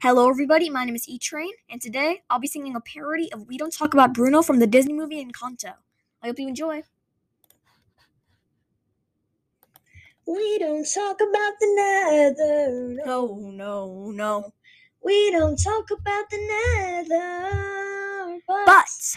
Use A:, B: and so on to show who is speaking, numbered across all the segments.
A: Hello, everybody. My name is E Train, and today I'll be singing a parody of We Don't Talk About Bruno from the Disney movie Encanto. I hope you enjoy.
B: We don't talk about the nether. No.
A: No, no, no.
B: We don't talk about the nether. But,
A: But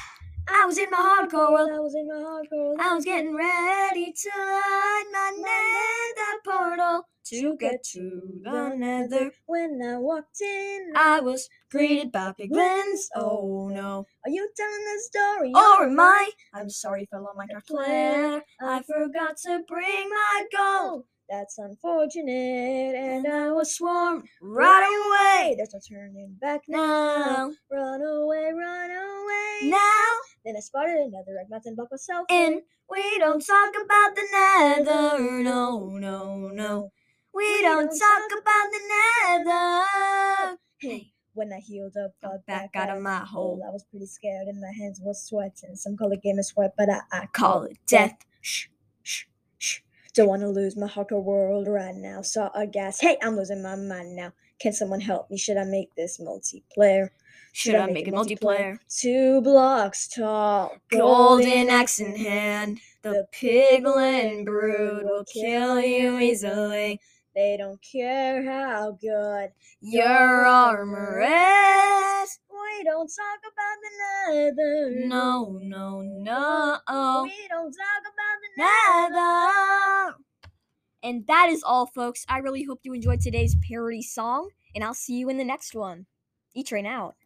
A: I was in my hardcore world.
B: I was in my hardcore.
A: I was getting ready to light my nether portal to get to the nether.
B: When I walked in,
A: I was greeted by piglins. Oh no.
B: are you telling the story?
A: Or am I? I'm sorry, fellow Minecraft player. I forgot to bring my gold.
B: Oh, that's unfortunate. And
A: And I was swarmed right
B: hey,
A: away.
B: there's no turning back
A: Now,
B: Run away, run away.
A: now,
B: Then I spotted another egg mountain but myself.
A: and we don't talk about the nether. No, no, no. We don't talk about the nether. Hey,
B: When I healed up,
A: got back out of my hole.
B: I was pretty scared and my hands were sweating. Some call it game of sweat, but I, I
A: Call it death. Shh, shh, shh.
B: Don't want to lose my hardcore world right now. Saw a gas. Hey, I'm losing my mind now. Can someone help me? Should I make this multiplayer?
A: Should I make a multiplayer?
B: Two blocks tall.
A: Golden axe in hand, the piglin brood will kill you easily.
B: They don't care how good.
A: Your armor is.
B: We don't talk about the nether.
A: No, no, no.
B: We don't talk about the nether.
A: Nether. And that is all, folks. I really hope you enjoyed today's parody song, and I'll see you in the next one. E Train out.